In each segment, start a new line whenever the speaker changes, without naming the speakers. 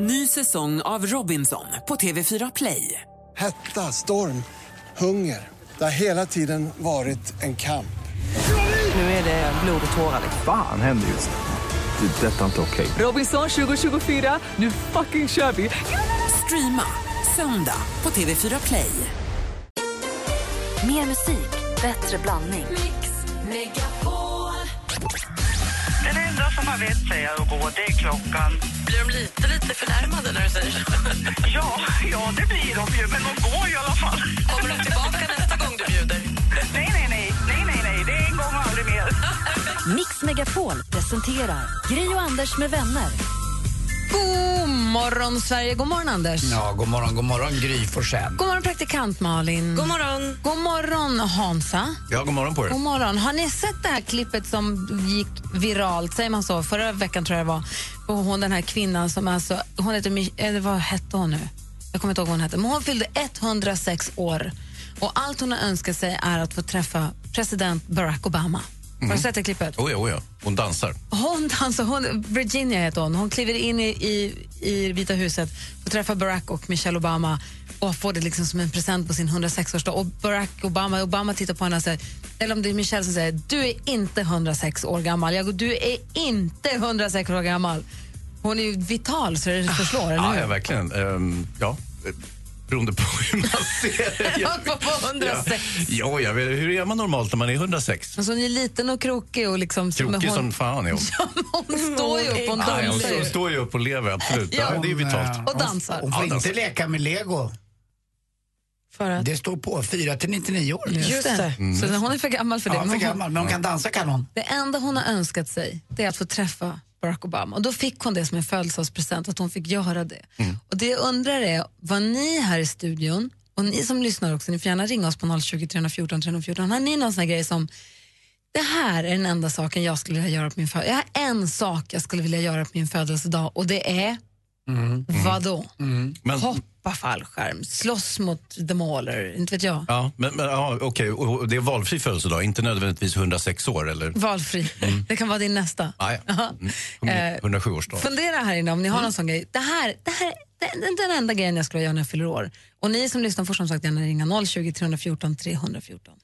Ny säsong av Robinson på TV4 Play.
Hetta, storm, hunger. Det har hela tiden varit en kamp.
Nu är det blod och tårar.
Fan händer just nu. Det. är Detta är inte okej.
Robinson 2024, nu fucking kör vi! Streama söndag på TV4 Play.
Mer musik, bättre blandning.
Den enda som har vett säger jag att gå, det är klockan.
Blir de lite, lite förnärmade när du säger så?
Ja, ja, det blir de ju, men de går ju i alla fall.
Kommer de tillbaka nästa gång du bjuder?
Nej, nej, nej, nej, nej, nej, det är en gång och aldrig mer.
Mix Megapol presenterar Gri och Anders med vänner.
God morgon, Sverige. God morgon, Anders.
Ja, god morgon, god morgon Gry Forssell.
God morgon, praktikant Malin.
God morgon!
God morgon, Hansa.
Ja, god morgon på er.
God morgon. Har ni sett det här klippet som gick viralt, säger man så, förra veckan tror jag det var, på hon, den här kvinnan som alltså, hon heter, Mi- eller vad hette hon nu? Jag kommer inte ihåg vad hon hette, men hon fyllde 106 år och allt hon har önskat sig är att få träffa president Barack Obama. Har
Mm.
du sett det klippet?
Oj, oj, oj. oh, Hon dansar.
Hon dansar, hon, Virginia heter hon. Hon kliver in i, i, i Vita huset och träffar Barack och Michelle Obama och får det liksom som en present på sin 106-årsdag. Och Barack Obama, Obama tittar på henne och säger, eller om det är Michelle som säger, du är inte 106 år gammal. Jag, du är inte 106 år gammal. Hon är ju vital så det förslår, eller
Ah, Ja,
hur?
ja verkligen. Ehm, ja, eh, beroende på hur man ser det.
Jag var på 106.
Ja, jag vet, hur är man normalt när man är 106?
Men så Alltså, hon är liten och krokig och liksom... men
Krokig
hon,
som fan är hon.
hon står ju upp, hon
Ja, ja, hon
dansar
står-
ju.
står ju upp och lever, absolut. Ja,
Ja.
det är vitalt.
Och dansar.
Hon får
Ja, dansar.
inte leka med lego.
För att,
Det står på 4 till 99 år.
just det.
Mm.
Så hon är för gammal för det.
Ja,
men
för
hon-
gammal, men hon kan dansa kan hon.
Det enda hon har önskat sig det är att få träffa Barack Obama. Och då fick hon det som en födelsedagspresent, att hon fick göra det.
Mm.
Och det jag undrar är, vad ni här i studion, och ni som lyssnar också, ni får gärna ringa oss på 020 314 314. Har ni någon sån här grej som, det här är den enda saken jag skulle vilja göra på min födelsedag. Jag har en sak jag skulle vilja göra på min födelsedag och det är,
Mm.
vadå?
Men,
Hoppa fallskärm, slåss mot the mauler, inte vet jag.
ja, men, men ja, okej. Och- och Det är valfri födelsedag, inte nödvändigtvis 106 år, eller?
Valfri. Det kan vara din nästa.
Ah, Mm. ja.
Ja. Eh,
mm. 107-årsdag.
Fundera här inne om ni har någon sån grej. Det här, det här det, det är den enda grejen jag skulle göra när jag fyller år. Och ni som lyssnar får som sagt gärna ringa 020 314 314.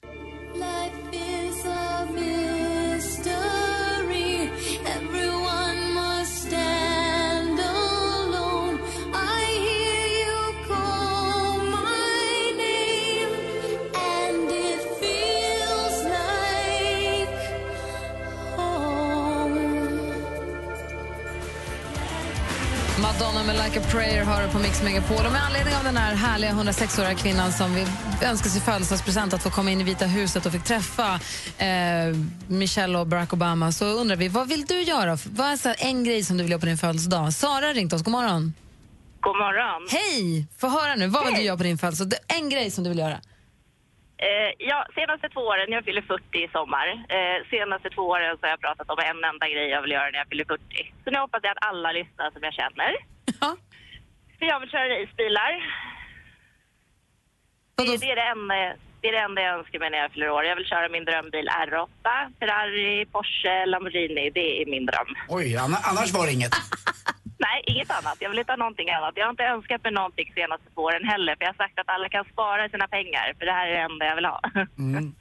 Madonna med Like a prayer hör på Mix Megapol. Och med anledning av den här härliga 106-åriga kvinnan som vi önskar sig födelsedagspresent att få komma in i Vita huset och fick träffa eh, Michelle och Barack Obama så undrar vi, vad vill du göra? Vad är så här en grej som du vill göra på din födelsedag? Sara har ringt oss, god morgon.
God morgon.
Hej! Få höra nu, vad vill du göra på din födelsedag? Det är En grej som du vill göra.
Eh, ja, senaste två åren, jag fyller 40 i sommar. Eh, senaste två åren så har jag pratat om en enda grej jag vill göra när jag fyller 40. Så nu hoppas jag att alla lyssnar som jag känner.
Ja.
För jag vill köra racebilar. Det,
Vadå?
det, är det, enda, det är det enda jag önskar mig när jag fyller år. Jag vill köra min drömbil R8, Ferrari, Porsche, Lamborghini. Det är min dröm.
Oj, anna- annars var det inget.
Nej, inget annat. Jag vill inte ha någonting annat. Jag har inte önskat mig någonting senaste två åren heller. För jag har sagt att alla kan spara sina pengar. För det här är det enda jag vill ha.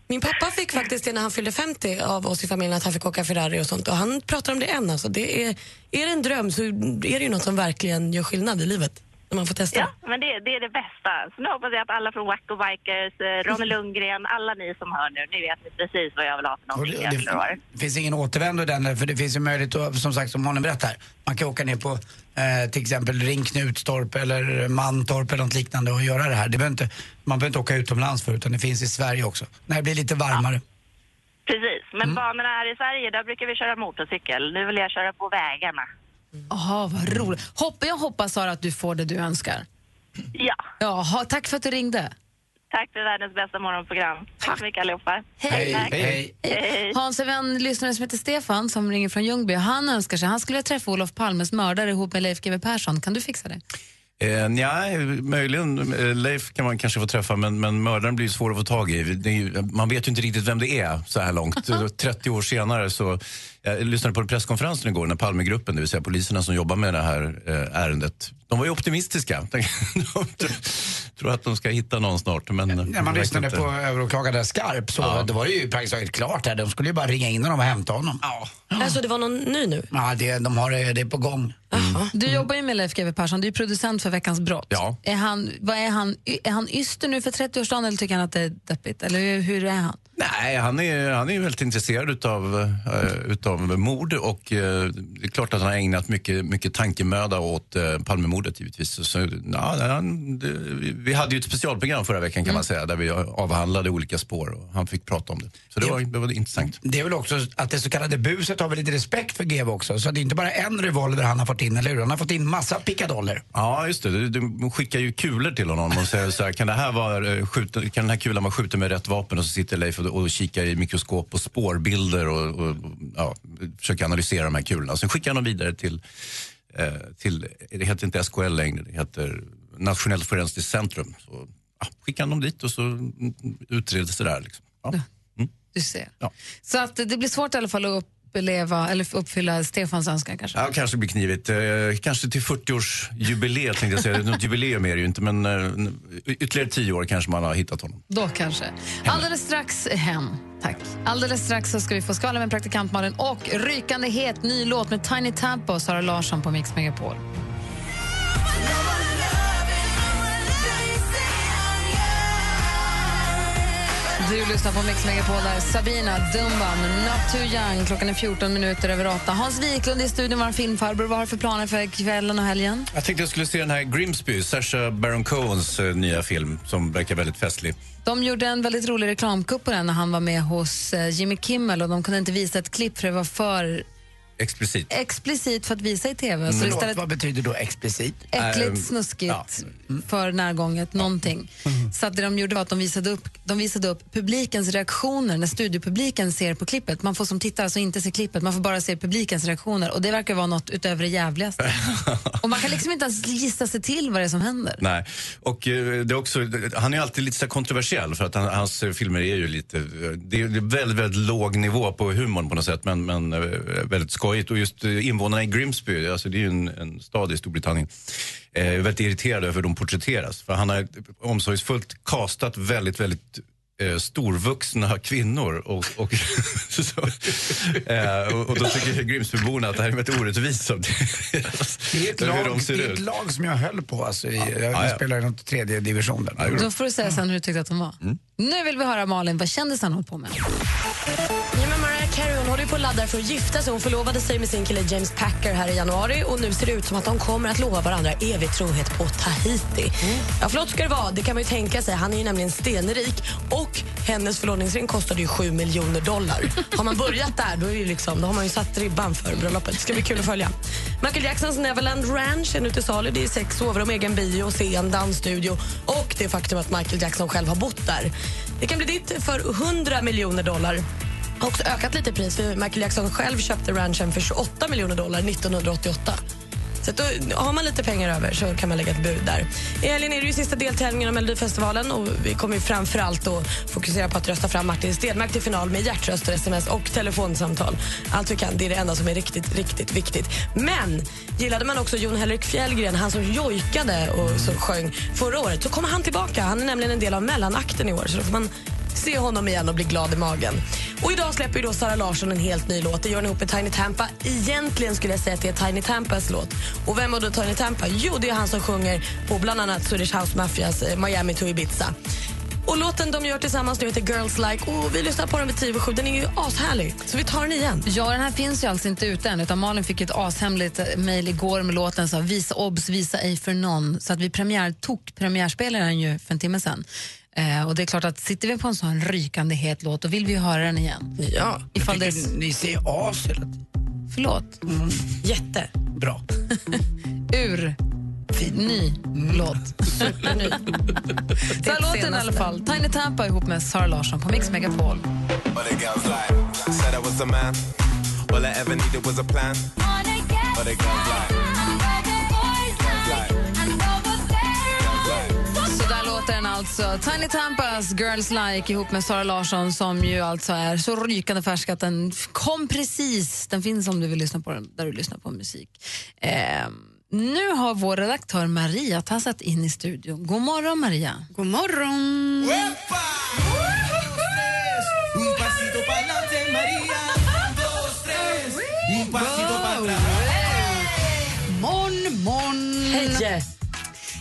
Min pappa fick faktiskt det när han fyllde 50 av oss i familjen, att han fick åka Ferrari och sånt. Och han pratar om det än. Alltså. Det är, är det en dröm så är det ju något som verkligen gör skillnad i livet. När man får testa.
Ja, men det, det är det bästa. Så nu hoppas jag att alla från Wacko Bikers, eh, Ronny Lundgren, alla ni som hör nu, ni vet ni precis vad jag vill ha för
Och
någonting
det,
jag fyller år.
det finns ingen återvändo den för det finns ju möjlighet att, som sagt som Malin berättar, man kan åka ner på eh, till exempel Ring Knutstorp eller Mantorp eller något liknande och göra det här. Det behöver inte, man behöver inte åka utomlands för utan det finns i Sverige också. När det blir lite varmare.
Precis, men
Mm.
banorna här i Sverige, där brukar vi köra motorcykel. Nu vill jag köra på vägarna.
Jaha, vad roligt. Hopp, jag hoppas Sara att du får det du önskar.
Ja,
Jaha, tack för att du ringde.
tack för världens bästa morgonprogram. Tack, så mycket allihopa. Tack.
hej.
Hans en vän, lyssnare som heter Stefan som ringer från Ljungby, han önskar sig, han skulle vilja träffa Olof Palmes mördare ihop med Leif GW Persson. Kan du fixa det?
Eh, Eh, nej, möjligen eh, Leif kan man kanske få träffa men, men mördaren blir ju svår att få tag i. Det är ju, man vet ju inte riktigt vem det är så här långt. Så 30 år senare så, jag lyssnade på presskonferensen igår när Palmegruppen, det vill säga poliserna som jobbar med det här eh, ärendet, de var ju optimistiska. De tror att de ska hitta någon snart men...
När man lyssnade på överåklagare Skarp så då var det ju praktiskt taget klart där. De skulle ju bara ringa in honom och hämta honom. Ja.
Alltså det var någon ny nu?
Ja, det, de har eh, det, det är på gång.
Du jobbar ju med Leif GW Persson, du är producent för Veckans brott.
Ja.
Är, han, vad är, han, y- är han yster nu för 30-årsdagen eller tycker han att det är deppigt? Eller hur, hur är han?
Nej, han är, han är ju väldigt intresserad utav, eh, utav mord och eh, det är klart att han har ägnat mycket, mycket tankemöda åt eh, Palmemordet givetvis. Så, så, ja, han, det, vi- vi hade ju ett specialprogram förra veckan kan man säga där vi avhandlade olika spår och han fick prata om det. Så det var, det var intressant.
Det är väl också att det så kallade buset har väl lite respekt för GV också. Så det är inte bara en revolver han har fått in, eller hur? Han har fått in massa pickadoller.
Ja, just det. Du, du skickar ju kulor till honom och säger så här, kan, det här vara, eh, skjuten, kan den här kulan vara skjuten med rätt vapen? Och så sitter Leif och, och kikar i mikroskop och spårbilder och, och, och ja, försöker analysera de här kulorna. Sen skickar han dem vidare till, eh, till det heter inte SKL längre, det heter Nationellt forensiskt centrum. Så, ja, skickar han dem dit och så mm, utreds det där. Liksom. Ja.
Du ser.
Ja.
Så att det blir svårt i alla fall att uppleva, eller uppfylla Stefans önskan kanske.
Ja, kanske blir knivigt. Eh, kanske till 40-årsjubileet tänkte jag säga. Något jubileum är det ju inte, men eh, y- ytterligare tio år kanske man har hittat honom.
Då kanske. Alldeles strax hem. Tack. Alldeles strax så ska vi få skvallra med praktikant Malin och rykande het ny låt med Tiny Tampa och Sara Larsson på Mix Megapol. Du lyssnar på Mix Megapol där Sabina Dumban, Not Too Young. Klockan är 14 minuter över 8. Hans Wiklund i studion, vår filmfarbror. Vad har du för planer för kvällen och helgen?
Jag tänkte jag skulle se den här Grimsby, Sacha Baron Cohens eh, nya film som verkar väldigt festlig.
De gjorde en väldigt rolig reklamkupp på den när han var med hos eh, Jimmy Kimmel och de kunde inte visa ett klipp för det var för
Explicit.
explicit för att visa i tv. Så
Mm. Förlåt,
istället
vad betyder då explicit?
Ehm,
äckligt, snuskigt,
ja. Mm.
för närgånget, någonting. Så att det de gjorde var att de visade, upp, de visade upp publikens reaktioner när studiopubliken ser på klippet. Man får som tittare alltså inte se klippet, man får bara se publikens reaktioner och det verkar vara något utöver det jävligaste. och man kan liksom inte ens gissa sig till vad det är som händer.
Nej. Och eh, det är också, han är ju alltid lite så här kontroversiell för att han, hans eh, filmer är ju lite... eh, Det är det är väldigt, väldigt låg nivå på humorn på något sätt men, men eh, väldigt skojigt. Och just eh, invånarna i Grimsby, alltså det är ju en, en stad i Storbritannien, eh, är väldigt irriterade över hur de porträtteras. För han har omsorgsfullt castat väldigt, väldigt eh, storvuxna kvinnor. Och, och, så, eh, och, och då tycker Grimsbyborna att det här är väldigt orättvist. som-
Det är ett,
hur
lag,
de ser
det är ett
ut.
lag som jag höll på. Alltså, i, jag
ja, ja.
spelar i något tredje division där.
Då får du säga sen hur du tyckte att de var.
Mm.
Nu vill vi höra Malin, vad kändisarna håller på med.
Ja, men Mariah Carey hon håller ju på och laddar för att gifta sig. Hon förlovade sig med sin kille James Packer här i januari och nu ser det ut som att de kommer att lova varandra evig trohet på Tahiti. Ja, förlåt ska det vara, det kan man ju tänka sig. Han är ju nämligen stenrik och hennes förlovningsring kostade ju 7 miljoner dollar. Har man börjat där då, är det ju liksom, då har man ju satt ribban för bröllopet. Det ska bli kul att följa. Michael Jacksons Neverland Ranch är nu till salu. Det är sex sovrum, egen bio, scen, dansstudio och det faktum att Michael Jackson själv har bott där. Det kan bli ditt för 100 miljoner dollar har också ökat lite i pris. För Michael Jackson själv köpte ranchen för 28 miljoner dollar 1988. Så att då har man lite pengar över så kan man lägga ett bud där. I helgen är det ju sista deltävlingen av Melodifestivalen och vi kommer ju framförallt då fokusera på att rösta fram Martin Stenmark till final med hjärtröster, sms och telefonsamtal. Allt vi kan, det är det enda som är riktigt, riktigt viktigt. Men gillade man också Jon Henrik Fjällgren, han som jojkade och som sjöng förra året, så kommer han tillbaka. Han är nämligen en del av mellanakten i år så då får man se honom igen och bli glad i magen. Och idag släpper ju då Sara Larsson en helt ny låt. Det gör hon ihop med Tiny Tampa. Egentligen skulle jag säga att det är Tiny Tampas låt. Och vem var då Tiny Tampa? Jo, det är han som sjunger på bland annat Swedish House Mafias eh, Miami to Ibiza. Och låten de gör tillsammans nu heter Girls Like och vi lyssnar på den vid 10 och 7. Den är ju ashärlig, så vi tar den igen.
Ja, den här finns ju alltså inte ute än, utan Malin fick ett ashemligt mejl igår med låten som visa obs, visa ej för någon. Så att vi premiär, tok premiärspelade den ju för en timme sedan. Eh, och det är klart att sitter vi på en sån rykande het låt, då vill vi ju höra den igen.
Ja,
Ifall det är,
Tycker Ni ser as hela tiden.
förlåt,
jätte.
Bra.
ur ny låt. Så här låter den i alla fall. Tiny Tampa ihop med Sara Larsson på Mix Megapol.
But the girls like, said I was a man. All I ever needed was a plan. But the girls like, girls like,
alltså Tiny Tampas Girls Like ihop med Sara Larsson som ju alltså är så rykande färsk att den f- kom precis. Den finns om du vill lyssna på den där du lyssnar på musik. Eh, nu har vår redaktör Maria tassat in i studion. God morgon Maria.
God morgon!
Oh,
Morgon, morgon!
Hej!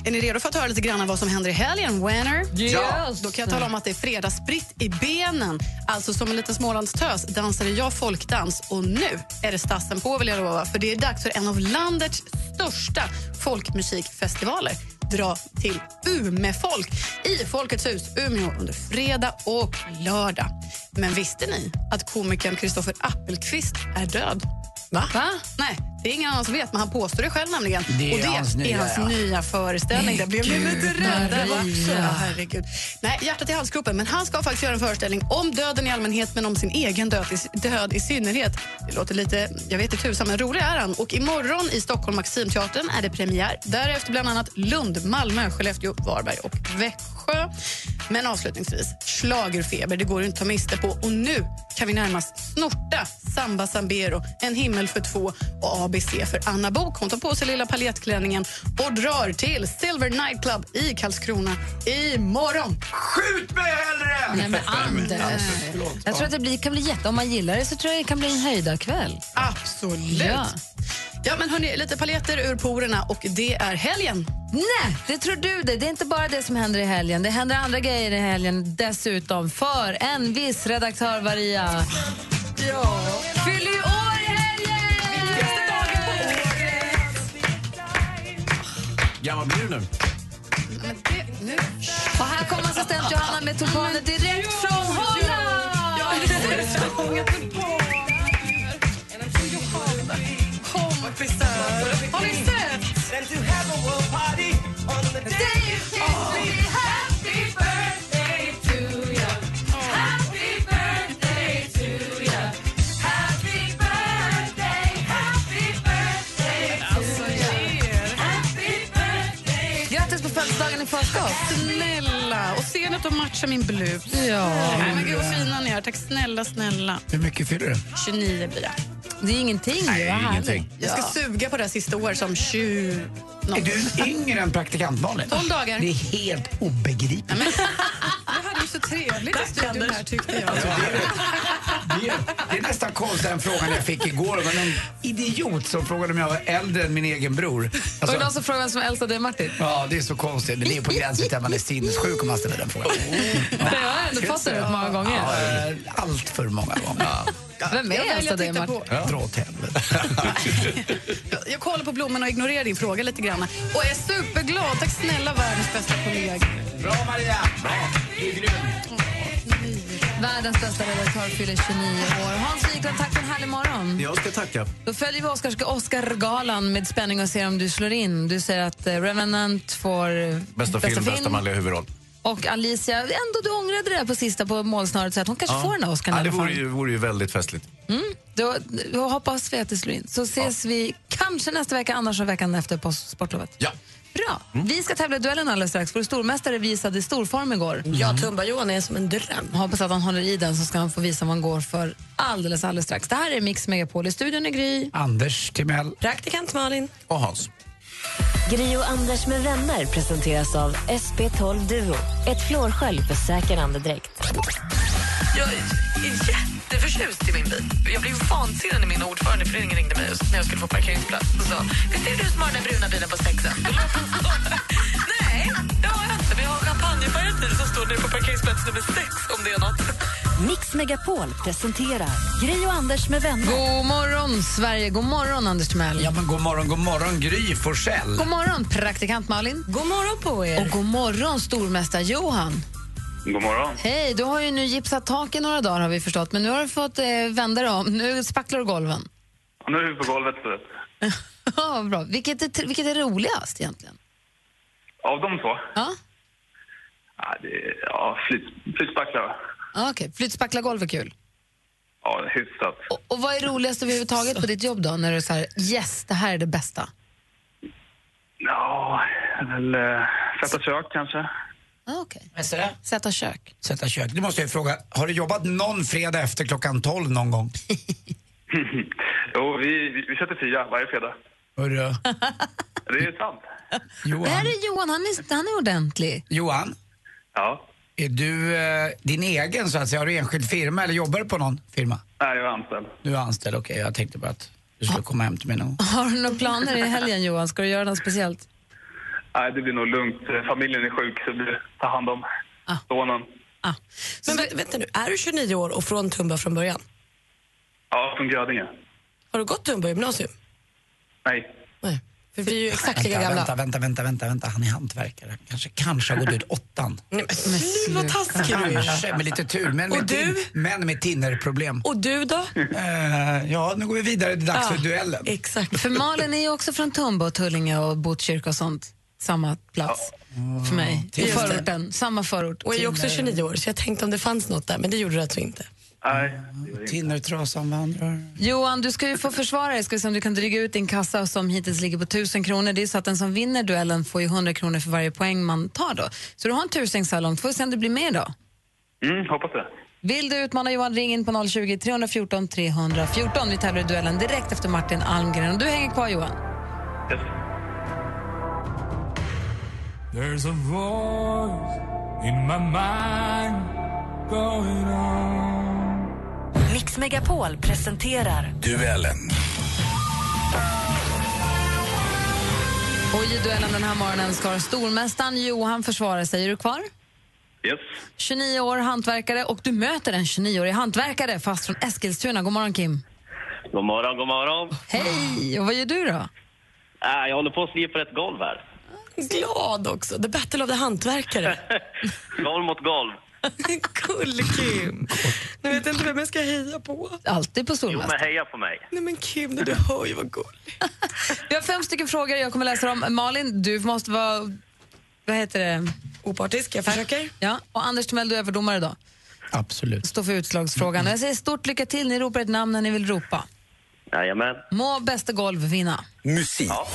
Är ni redo för att höra lite grann om vad som händer i helgen, Wanner?
Yes.
Då kan jag tala om att det är fredagsbritt i benen. Alltså som en liten smålandstös dansade jag folkdans och nu är det stassen på vill jag lova. För det är dags för en av landets största folkmusikfestivaler dra till Umefolk i Folkets hus Umeå under fredag och lördag. Men visste ni att komikern Kristoffer Appelqvist är död? Va? Nej, det är ingen annan som vet, men han påstår det själv nämligen.
Det är
och det
hans
är
nya,
hans
ja.
nya föreställning. Där blev vi lite rädda. va?
Maria.
Ja, herregud. Nej, hjärtat i halsgropen. Men han ska faktiskt göra en föreställning om döden i allmänhet men om sin egen död i, död i synnerhet. Det låter lite, jag vet inte tusan, men rolig är han. Och imorgon i Stockholm Maximteatern är det premiär. Därefter bland annat Lund, Malmö, Skellefteå, Varberg och Växjö. Men avslutningsvis, schlagerfeber, det går ju inte att ta miste på. Och nu kan vi närmast snorta Samba Sambero, En himmel för två och ABC för Anna Bok. Hon tar på sig lilla paljettklänningen och drar till Silver Night Club i Karlskrona imorgon.
Skjut mig hellre!
Nej, men alltså, Anders. Jag tror att det blir, kan bli jätte... Om man gillar det så tror jag det kan bli en höjdarkväll.
Absolut.
Ja.
Ja. men hörni, lite paljetter ur porerna och det är helgen.
Nej, det tror du det. Det är inte bara det som händer i helgen. Det händer andra grejer i helgen dessutom. För en viss redaktör Maria. Ja. Fyller ju år i helgen!
Gammal blir du nu?
Men det, nu.
Och här kommer assistent Johanna med tulpaner direkt från Holland!
Har ni sett?
Grattis på födelsedagen i förskott!
Snälla. Och ser ni att de matchar min blus?
Ja.
Nej, men gud vad fina ni är. Tack snälla, snälla.
Hur mycket fyller du?
29 blir jag.
Det är ingenting ju. vad härligt.
Jag ska suga på det här sista året som 20...
Är du yngre än praktikantbarnet?
Tolv dagar.
Det är helt obegripligt.
Jag hade ju så trevligt i studion här tyckte jag.
Alltså.
Det är- Det är nästan konstigt den frågan jag fick igår. Det var någon idiot som frågade om jag var äldre än min egen bror.
Var det någon
Alltså,
som frågade vem som älskade dig, Martin?
ja, det är så konstigt. Det är på gränsen till att man är sinnessjuk om man ställer den frågan.
Nej, jag har ändå fått det rätt många gånger.
Ja, allt för många gånger.
Vem är
Jag väljer
älskade
att
dig,
titta
Martin?
på
Dra åt helvete.
Jag kollar på blommorna och ignorerar din fråga lite grann. Och är superglad. Tack snälla världens bästa kollega.
Bra Maria! Bra. Du är grym.
Världens bästa redaktör fyller 29 år. Hans Wiklund, tack för en härlig morgon.
Jag ska tacka.
Då följer vi Oscars, Oscargalan med spänning och ser om du slår in. Du säger att eh, Revenant får eh,
Bästa, film, bästa manliga huvudroll.
Och Alicia, ändå du ångrade det där på sista på målsnöret så att hon kanske får den här Oscarn i
Ja, det
alla fall.
vore ju, vore ju väldigt festligt.
Då, då hoppas vi att det slår in. Så ses vi kanske nästa vecka, annars så veckan efter på sportlovet.
Ja.
Bra.
Mm.
Vi ska tävla i duellen alldeles strax. Vår stormästare visade storform igår.
Ja, Tumba-Johan är som en dröm.
Jag hoppas att han håller i den så ska han få visa vad han går för alldeles, alldeles strax. Det här är Mix Megapol. I studion är Gry.
Anders Timell.
Praktikant Malin.
Och Hans.
Gri och Anders med vänner presenteras av SP12 Duo. Ett flårskölj för säker andedräkt.
Jag är jätteförtjust i min bil. Jag blev vansinnig när min ordförande i föreningen ringde mig just när jag skulle få parkeringsplats och sa Visst är det du som har den där bruna bilen på sexen? Och jag bara, Nej, det har jag inte. Men jag har champagnefärgad bil som står nere på parkeringsplats nummer sex om det är något.
Mix Megapol presenterar Gri och Anders med vänner.
God morgon, Sverige. God morgon, Anders Timell.
Ja, men god morgon, god morgon Gry Forssell.
God morgon, praktikant Malin.
God morgon på er.
Och god morgon, stormästare Johan. God morgon. Hej, du har ju nu gipsat tak i några dagar har vi förstått, men nu har du fått eh, vända dig om. Nu spacklar du golven.
Nu är vi på golvet. så
Ja, Bra. Vilket är, tr- vilket är roligast egentligen?
Av de två?
Ja,
Ja, det är, ja flyt- flytspacklar.
ja okej. Flytspackla golv är kul.
Ja, hyfsat.
Och, och vad är roligast överhuvudtaget på ditt jobb då, när du säger yes, det här är det bästa?
Ja, väl eh, tvätta kök kanske.
Ah, okay.
Vad heter det?
Sätta kök.
Sätta kök. Nu måste jag ju fråga, har du jobbat någon fredag efter klockan 12 någon gång?
jo, vi, vi, vi sätter fyra varje fredag.
Hörru,
Det är sant.
Johan.
Där är Johan, han är, han är ordentlig.
Johan?
Ja?
Är du eh, din egen så att säga? Har du enskild firma eller jobbar du på någon firma?
Nej, jag är anställd.
Du är anställd, okej. Jag tänkte bara att du skulle komma hem till mig någon gång.
Har du några planer i helgen Johan? Ska du göra något speciellt?
Nej, det blir nog lugnt. Eh, Familjen är sjuk så vi tar hand om sonen.
Men vä- vänta nu, är du 29 år och från Tumba från början?
Ja, från Grödinge.
Har du gått Tumba gymnasium?
Nej.
Nej. För vi är ju exakt lika
Vänta, vänta,
gamla.
vänta, vänta, vänta, vänta. Han är hantverkare. Kanske, kanske har gått ut åttan.
Nej, men sluta vad taskig du
Kanske,
är.
med lite tur. Men
Och
med,
du?
tin- men med tinnerproblem.
Och du då?
ja, nu går vi vidare. Det är dags
Ja,
för duellen.
Eh.
Exakt. För Malin är ju också från Tumba och Tullinge och Botkyrka och sånt. Samma plats för mig. I
Just det.
förorten, samma förort.
Och jag är ju också 29 år, så jag tänkte om det fanns något där, men det gjorde det alltså inte.
Nej.
Tinnertrasan vandrar.
Johan, du ska ju få försvara dig. Ska vi se om du kan dryga ut din kassa som hittills ligger på 1000 kronor. Det är så att den som vinner duellen får ju 100 kronor för varje poäng man tar då. Så du har en tusing så här långt. Får vi se om du blir med idag.
Mm, hoppas det.
Vill du utmana Johan, ring in på 020 314 314. Vi tävlar i duellen direkt efter Martin Almgren. Och du hänger kvar Johan.
There's a voice in my mind going on.
Mix Megapol presenterar
Duellen.
Och i duellen den här morgonen ska stormästaren Johan försvara sig. Är du kvar?
Yes.
29 år, hantverkare och du möter en 29-årig hantverkare fast från Eskilstuna. God morgon Kim.
God morgon, god morgon.
Hej! Och vad gör du då?
Äh, jag håller på att slipa ett golv här.
Glad också. The battle of the hantverkare.
Golv mot golv.
Gull-Kim. Nu vet jag inte vem jag ska heja på.
Alltid på
Jo,
stormästaren.
men heja på mig.
Nej men Kim, du hör ju vad gullig.
Vi har fem stycken frågor, jag kommer läsa dem. Malin, du måste vara... Vad heter det?
Opartisk, jag försöker.
Ja, och Anders Timell, du är överdomare idag.
Absolut.
Står för utslagsfrågan. Och Jag säger stort lycka till, ni ropar ett namn när ni vill ropa.
Jajamän.
Må bästa golv vinna.
Musik. Ja.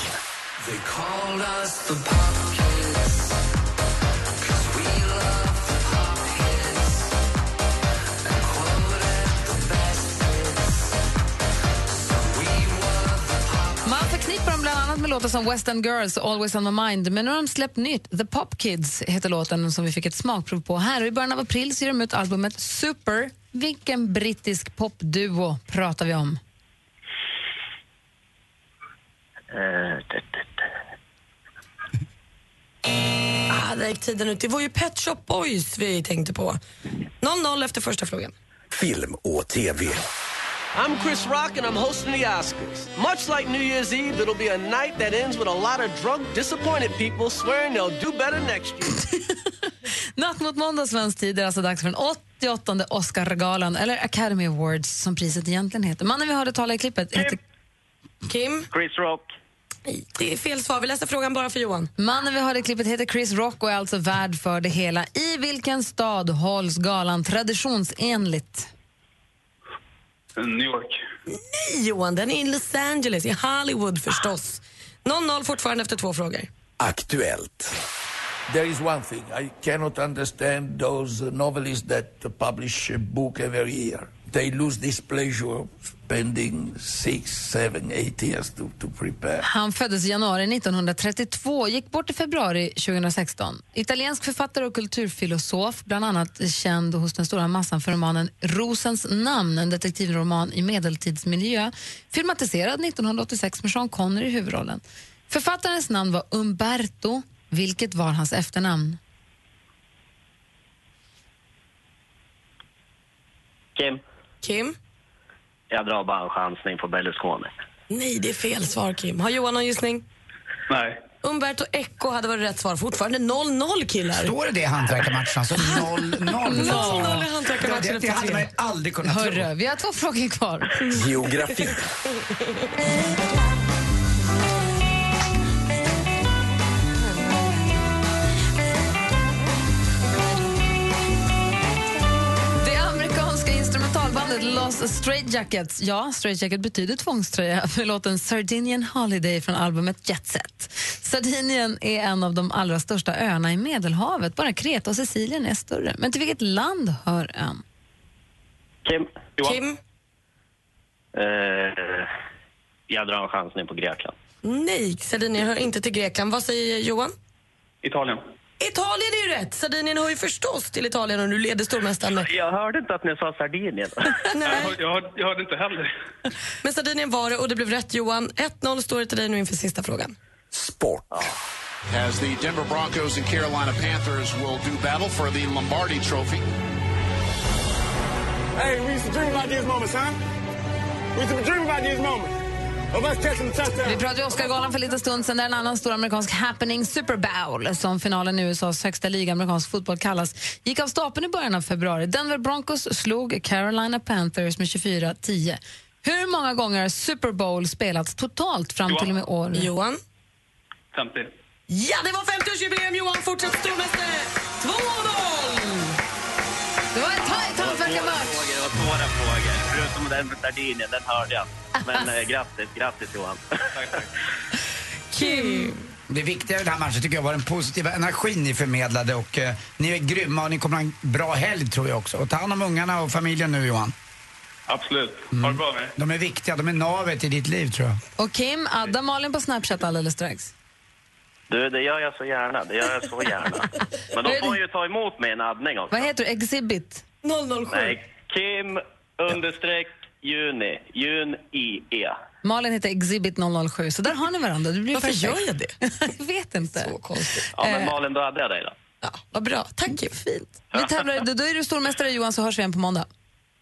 Man förknippar dem bland annat med låtar som West End Girls, Always On My Mind, men nu har de släppt nytt. The Pop Kids heter låten som vi fick ett smakprov på här. Och I början av april så ger de ut albumet Super. Vilken brittisk popduo pratar vi om?
Eh, det-
Ah, där gick tiden ut. Det var ju Pet Shop Boys vi tänkte på. 0-0 efter första frågan.
Film och TV.
I'm Chris Rock, and I'm hosting the Oscars. Much like New Year's Eve, it'll be a night that ends with a lot of drunk, disappointed people swearing they'll do better next year.
Natt mot måndag svensk tid är alltså dags för den 88 Oscargalan, eller Academy Awards som priset egentligen heter. Mannen vi hörde tala i klippet heter...
Kim?
Chris Rock.
Det är fel svar. Vi läser frågan bara för Johan.
Mannen vi hörde i klippet heter Chris Rock och är alltså värd för det hela. I vilken stad hålls galan traditionsenligt?
New York.
Nej Johan, den är i Los Angeles, i Hollywood förstås. 0-0 fortfarande efter två frågor.
Aktuellt.
There is one thing I cannot understand those novelists that publish a book every year. They lose this pleasure of spending six, seven, eight years to, to prepare.
Han föddes i januari 1932 och gick bort i februari 2016. Italiensk författare och kulturfilosof, bland annat känd hos den stora massan för romanen Rosens namn, en detektivroman i medeltidsmiljö, filmatiserad 1986 med Sean Connery i huvudrollen. Författarens namn var Umberto, vilket var hans efternamn.
Kim,
Kim?
jag drar bara en chansning på Berlusconi.
Nej, det är fel svar Kim. Har Johan någon gissning?
Nej.
Umberto Eco hade varit rätt svar. Fortfarande 0-0 killar.
Står det det i hantverkarmatchen? Alltså 0-0.
0-0 i hantverkarmatchen
Det, det, det
efter
hade
tre.
man ju aldrig kunnat tro.
Hörru, vi har två frågor kvar.
Geografi.
Det amerikanska instrumentalbandet Los S- Straight Jackets. Ja, Straight Jacket betyder tvångströja för låten Sardinian Holiday från albumet Jet Set. Sardinien är en av de allra största öarna i Medelhavet. Bara Kreta och Sicilien är större. Men till vilket land hör ön?
Kim.
Kim.
Eh, jag drar en chansning på Grekland.
Nej, Sardinien hör inte till Grekland. Vad säger Johan?
Italien.
Italien är ju rätt! Sardinien hör ju förstås till Italien och du leder stormästaren. med-
Jag hörde inte att ni sa Sardinien.
Nej.
Jag, hör, jag hörde inte heller.
Men Sardinien var det och det blev rätt Johan. 1-0 står det till dig nu inför sista frågan.
Sport. As the Denver Broncos and Carolina Panthers will do battle for the Lombardi Trophy.
Hey, we used to dream about these moments, huh? We used to dream about these moments. Of us catching touchdowns.
Vi pratade ju Oscargalan för lite stund sedan. Där en annan stor amerikansk happening, Super Bowl, som finalen i USAs högsta liga amerikansk fotboll kallas, gick av stapeln i början av februari. Denver Broncos slog Carolina Panthers med 24-10. Hur många gånger har Super Bowl spelats totalt fram till och med år?
Johan?
50.
Ja, det var 50-årsjubileum Johan! Fortsätt stormästare! 2-0!
Det var en tajt handfärskamatch.
Det var svåra frågor, förutom den med Sardinien, den hörde jag. Men eh, grattis, grattis Johan.
Kim.
Det viktiga i den här matchen tycker jag var den positiva energin ni förmedlade och eh, ni är grymma och ni kommer ha en bra helg tror jag också. Och ta hand om ungarna och familjen nu Johan.
Absolut. Ha det bra med er.
De är viktiga, de är navet i ditt liv tror jag.
Och Kim, adda Malin på Snapchat alldeles strax.
Du, det gör jag så gärna. Det gör jag så gärna. Men då får jag ju ta emot mig en addning också.
Vad heter du? Exhibit?
007.
Nej, Kim understreck juni. Jun i E.
Malin heter Exhibit 007, så där har ni varandra. Det blir
Varför
perfekt.
gör jag
det?
jag vet inte. Eh, Så
konstigt.
Ja, men Malin, då hade jag dig då. Mm.
Vad bra. Tack, Kim. Fint.
Vi tävlar, då- då är du stormästare Johan, så hörs vi igen på måndag.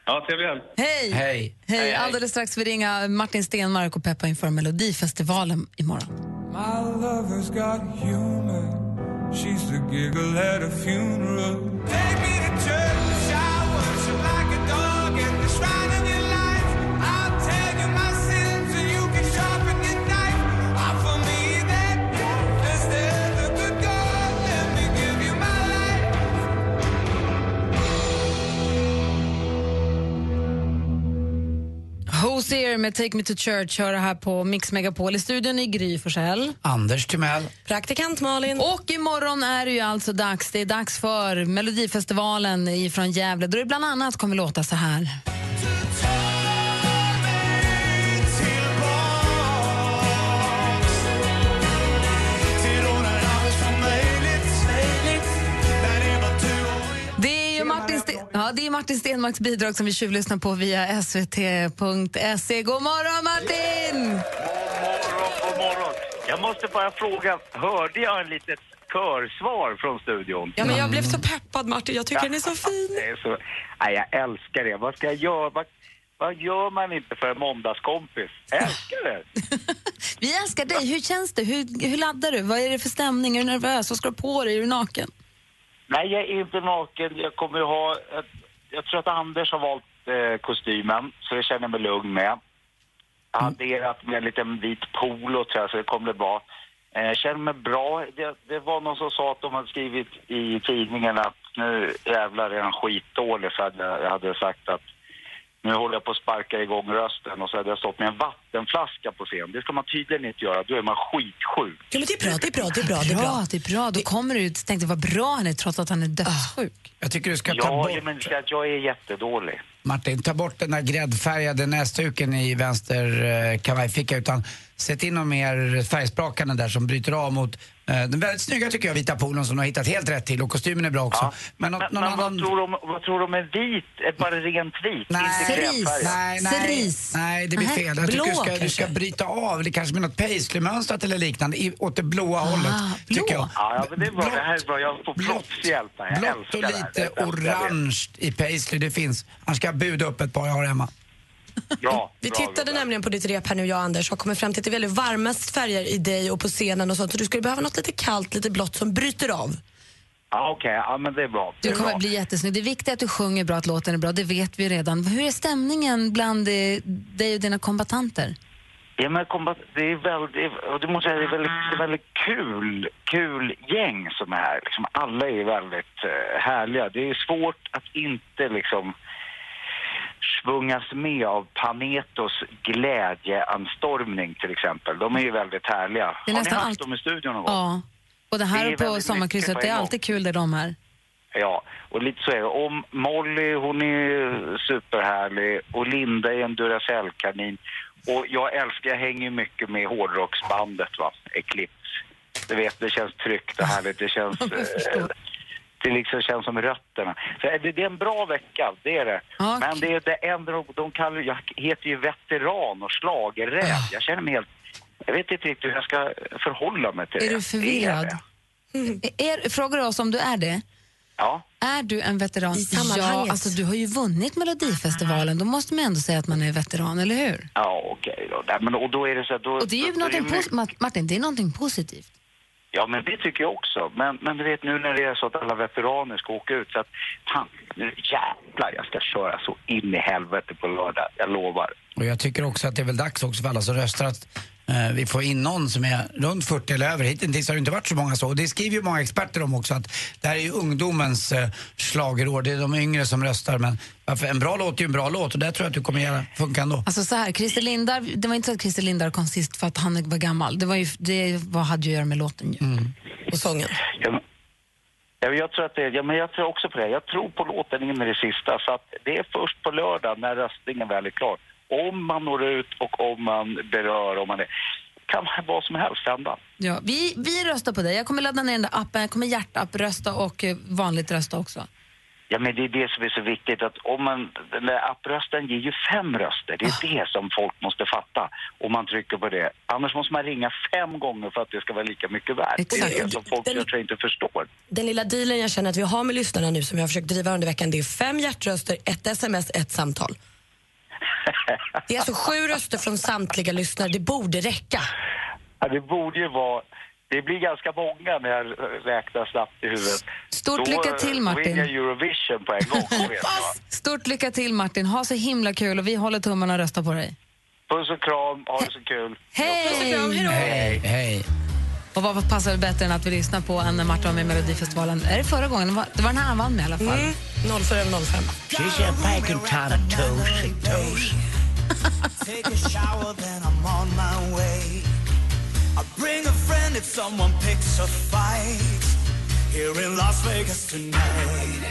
Ja, trevlig helg.
Hej!
Hej.
Hej, alldeles strax får vi ringa Martin Stenmark och Peppa inför Melodifestivalen imorgon.
My lover's got humor. She's the giggle at a funeral. Take me to church. I worship like a dog at the shrine of your life. I'll tell you my sins so you can sharpen your knife. Offer me that gift instead of the God. Let me give you my life.
Hosier med Take Me To Church hör det här på Mix Megapol. I studion i Gry Forssell.
Anders Timell.
Praktikant Malin.
Och imorgon är det ju alltså dags. Det är dags för Melodifestivalen från Gävle. Då det bland annat kommer låta så här. Det är ju Martin, Sten- ja, det är Martin Stenmarks bidrag som vi tjuvlyssnar på via svt.se. E. God morgon, Martin!
God morgon. Jag måste bara fråga, hörde jag en litet körsvar från studion?
Ja, men jag blev så peppad, Martin. Jag tycker den är så fin.
Det är så, nej, jag älskar det. Vad ska jag göra? Vad, vad gör man inte för en måndagskompis? Jag älskar det.
Vi älskar dig. Hur känns det? Hur, hur laddar du? Vad är det för stämning? Är du nervös? Vad ska du på dig? Är du naken?
Nej, jag är inte naken. Jag kommer ju ha... Ett, jag tror att Anders har valt eh, kostymen, så det känner jag mig lugn med. Jag
Mm.
har adderat med en liten vit polo, tror jag, så det kommer bli bra. Eh, jag känner mig bra. Det, det var någon som sa att de hade skrivit i tidningen att nu jävlar är han skitdålig, för att jag jag hade sagt att nu håller jag på att sparka igång rösten och så hade jag stått med en vattenflaska på scen. Det ska man tydligen inte göra, då är man skitsjuk.
Ja, men det är bra, det är bra, det är bra.
Det är bra. Det är bra. Då kommer du ut och tänkte vad bra han är trots att han är dödssjuk.
Ah,
Jag tycker du ska ta
Ja,
bort...
jag, men, jag är jättedålig.
Martin, ta bort den där gräddfärgade näsduken i vänster eh, kavajficka utan sätt in någon mer färgsprakande där som bryter av mot eh, den väldigt snygga tycker jag vita polon som du har hittat helt rätt till och kostymen är bra också. Men, något, någon
men
annan...
vad, tror du om, vad tror du om en vit, ett bara rent vit? inte grädfärg?
Nej, nej, nej, det blir
Nej,
fel. Jag tycker
blå
du ska, du ska
kanske.
bryta av, det kanske med något paisley-mönstrat eller liknande, i, åt det blåa hållet. Tycker jag.
Ja, ja, men det, var, det här är bra. Jag får proffshjälp här. Jag
Blått
älskar
och
det här.
lite
Jag älskar det.
orange i paisley, det finns. Annars ska jag buda upp ett par jag har hemma.
Ja,
Vi tittade nämligen på ditt rep här nu, jag och Anders, och kommer fram till att det är väldigt varma färger i dig och på scenen och sånt. Så du skulle behöva något lite kallt, lite blått som bryter av.
Ja, okej. Ja, men det är bra. Det
Du
är
kommer
bra.
bli jättesnygg. Det är viktigt att du sjunger bra, att låten är bra. Det vet vi redan. Hur är stämningen bland eh, dig och dina kombatanter?
Ja, men kombat, det är väldigt, och det måste jag säga, det är väldigt, det är väldigt kul, kul gäng som är här. Liksom, alla är väldigt eh, härliga. Det är svårt att inte liksom svungas med av Panetos glädjeanstormning till exempel. De är ju väldigt härliga.
Det
Har ni
är nästan
haft
allt-
dem i studion någon gång?
Ja, både
Det
här
är
och på
väldigt
sommarkrysset.
mycket på
Det är
en gång.
alltid kul där de är.
Ja, och lite så är det. Om Molly, hon är superhärlig och Linda är en Duracell-kanin. Och jag älskar, jag hänger ju mycket med hårdrocksbandet va, Eclipse. Du vet, det känns tryggt och härligt. Det känns... Eh, det liksom känns som rötterna. Så är det, det är en bra vecka, det är det. Men det är det enda de kallar... Jag heter ju veteran och schlagerräv.
Ah.
Jag känner mig helt... Jag vet inte riktigt hur jag ska förhålla mig till det.
Är du förvirrad?
Mm.
Är, frågar du oss om du är det?
Ja.
Är du en veteran?
sammanhanget.
Ja, alltså du har ju vunnit Melodifestivalen. Då måste man ändå säga att man är veteran, eller hur?
Ja, okej då. Nej, men, och då är det så här, då,
Och Alltså, det är ju
då- då
någonting
mycket-
pos- Ma- Martin, det är någonting positivt.
Ja, men det tycker jag också. Men, men du vet nu när det är så att alla veteraner ska åka ut så att fan, nu jävlar jag ska köra så in i helvete på lördag, jag lovar.
Och jag tycker också att det är väl dags också för alla som röstar att eh, vi får in någon som är runt 40 eller över. Hittills har det inte varit så många så. Och det skriver ju många experter om också att det här är ju ungdomens eh, schlagerår. Det är de yngre som röstar. Men varför? en bra låt är ju en bra låt och där tror jag att du kommer göra, funka ändå.
Alltså så här, Christer Lindar, det var inte så att Christer Lindar kom sist för att han var gammal. Det, var ju, det var, hade ju att göra med låten ju. Och sången.
Ja, men jag, tror att det, ja, men jag tror också på det. Jag tror på låten in i det sista. Så att det är först på lördag när röstningen väl är klar. Om man når ut och om man berör, om man är... kan vad som helst hända.
Ja, vi, vi röstar på dig. Jag kommer ladda ner den där appen. Jag kommer hjärtapp, rösta och eh, vanligt rösta också.
Ja, men det är det som är så viktigt att om man, den där apprösten ger ju fem röster. Det är
Ah.
det som folk måste fatta om man trycker på det. Annars måste man ringa fem gånger för att det ska vara lika mycket värt. Det är det som folk jag tror inte förstår.
Den lilla dealen jag känner att vi har med lyssnarna nu som jag har försökt driva under veckan det är fem hjärtröster, ett sms, ett samtal. Det är alltså sju röster från samtliga lyssnare. Det borde räcka.
Ja, det borde ju vara... Det blir ganska många när jag räknar snabbt i huvudet.
Stort
Då,
lycka
eh,
till, Martin.
vinner jag Eurovision på en gång. vet jag.
Stort lycka till Martin. Ha så himla kul och vi håller tummarna och röstar på dig.
Puss och kram, ha det så kul.
Hej! Puss och kram, hejdå! Hej,
hej.
Och vad passar det bättre än att vi lyssnar på en när Martin var med i Melodifestivalen? Är det förra gången? Det var, det var den här han vann med i alla fall.
Mm. 04 eller 05.
She's a pike and Take a shower, then I'm on my way. I bring a friend if someone picks a fight here in Las Vegas tonight.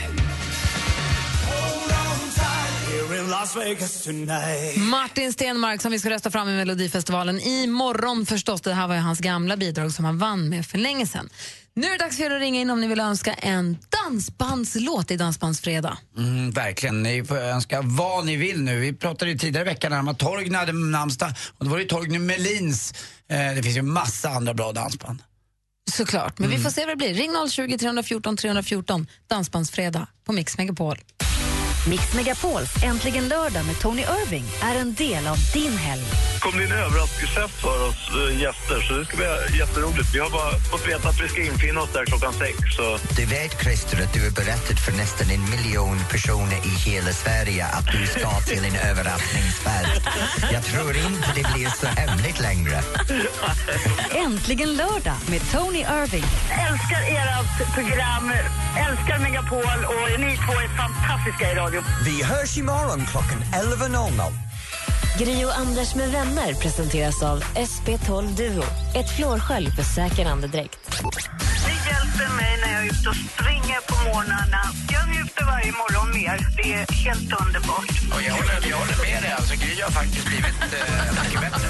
Hold on tight here in Las Vegas tonight.
Martin Stenmark som vi ska rösta fram i Melodifestivalen imorgon förstås. Det här var ju hans gamla bidrag som han vann med för länge sedan. Nu är det dags för er att ringa in om ni vill önska en dansbandslåt i Dansbandsfredag.
Mm, verkligen. Ni får önska vad ni vill nu. Vi pratade ju tidigare i veckan när man Torgny hade namnsdag. Och då var det ju Torgny Melins. Eh, det finns ju massa andra bra dansband.
Såklart, men vi får se vad det blir. Ring 020 314 314, Dansbandsfredag på Mix Megapol.
Mix Megapols Äntligen lördag med Tony Irving är en del av din helg.
Det kommer bli en överraskningsfest för oss eh, gäster, så det ska bli jätteroligt. Vi har bara fått veta att vi ska infinna oss där klockan sex. Så.
Du vet, Christer, att du har berättat för nästan en miljon personer i hela Sverige att du ska till en överraskningsfest. Jag tror inte det blir så hemligt längre.
Äntligen lördag med Tony Irving.
Älskar ert program, älskar Megapol och ni två är fantastiska i radio.
Vi hörs imorgon klockan 11.00. Gri och Anders med vänner presenteras av SP12 Duo. Ett flårskölj för säker andedräkt.
Ni hjälper mig när jag är ute och springer på morgnarna. Jag njuter varje morgon mer. Det är helt underbart.
Och jag, håller, jag håller med dig. Alltså, Gry har faktiskt blivit eh, mycket bättre.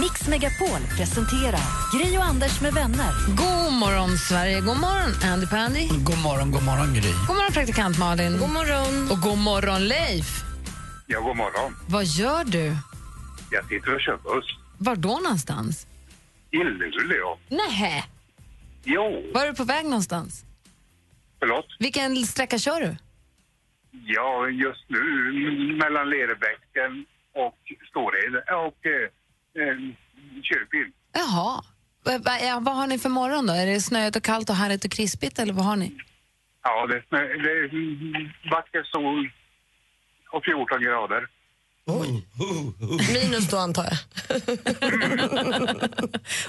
Mix Megapol presenterar Gri och Anders med vänner.
God morgon, Sverige. God morgon, Andy Pandy.
God morgon, god morgon, Gry.
God morgon, praktikant Malin. God morgon. Och god morgon, Leif.
Ja, god morgon.
Vad gör du?
Jag sitter och kör buss
Var då någonstans?
i Luleå.
Nähä,
Jo,
var är du på väg någonstans?
förlåt.
Vilken sträcka kör du?
Ja, just nu m- mellan Lerebäcken och Ståred och eh, eh, Köping.
Jaha. Va- va- ja, Vad har ni för morgon då? Är det snöigt och kallt och härligt och krispigt eller vad har ni?
Ja, det, är snö- det är mm, vacker sol och 14 grader.
Minus då, antar jag.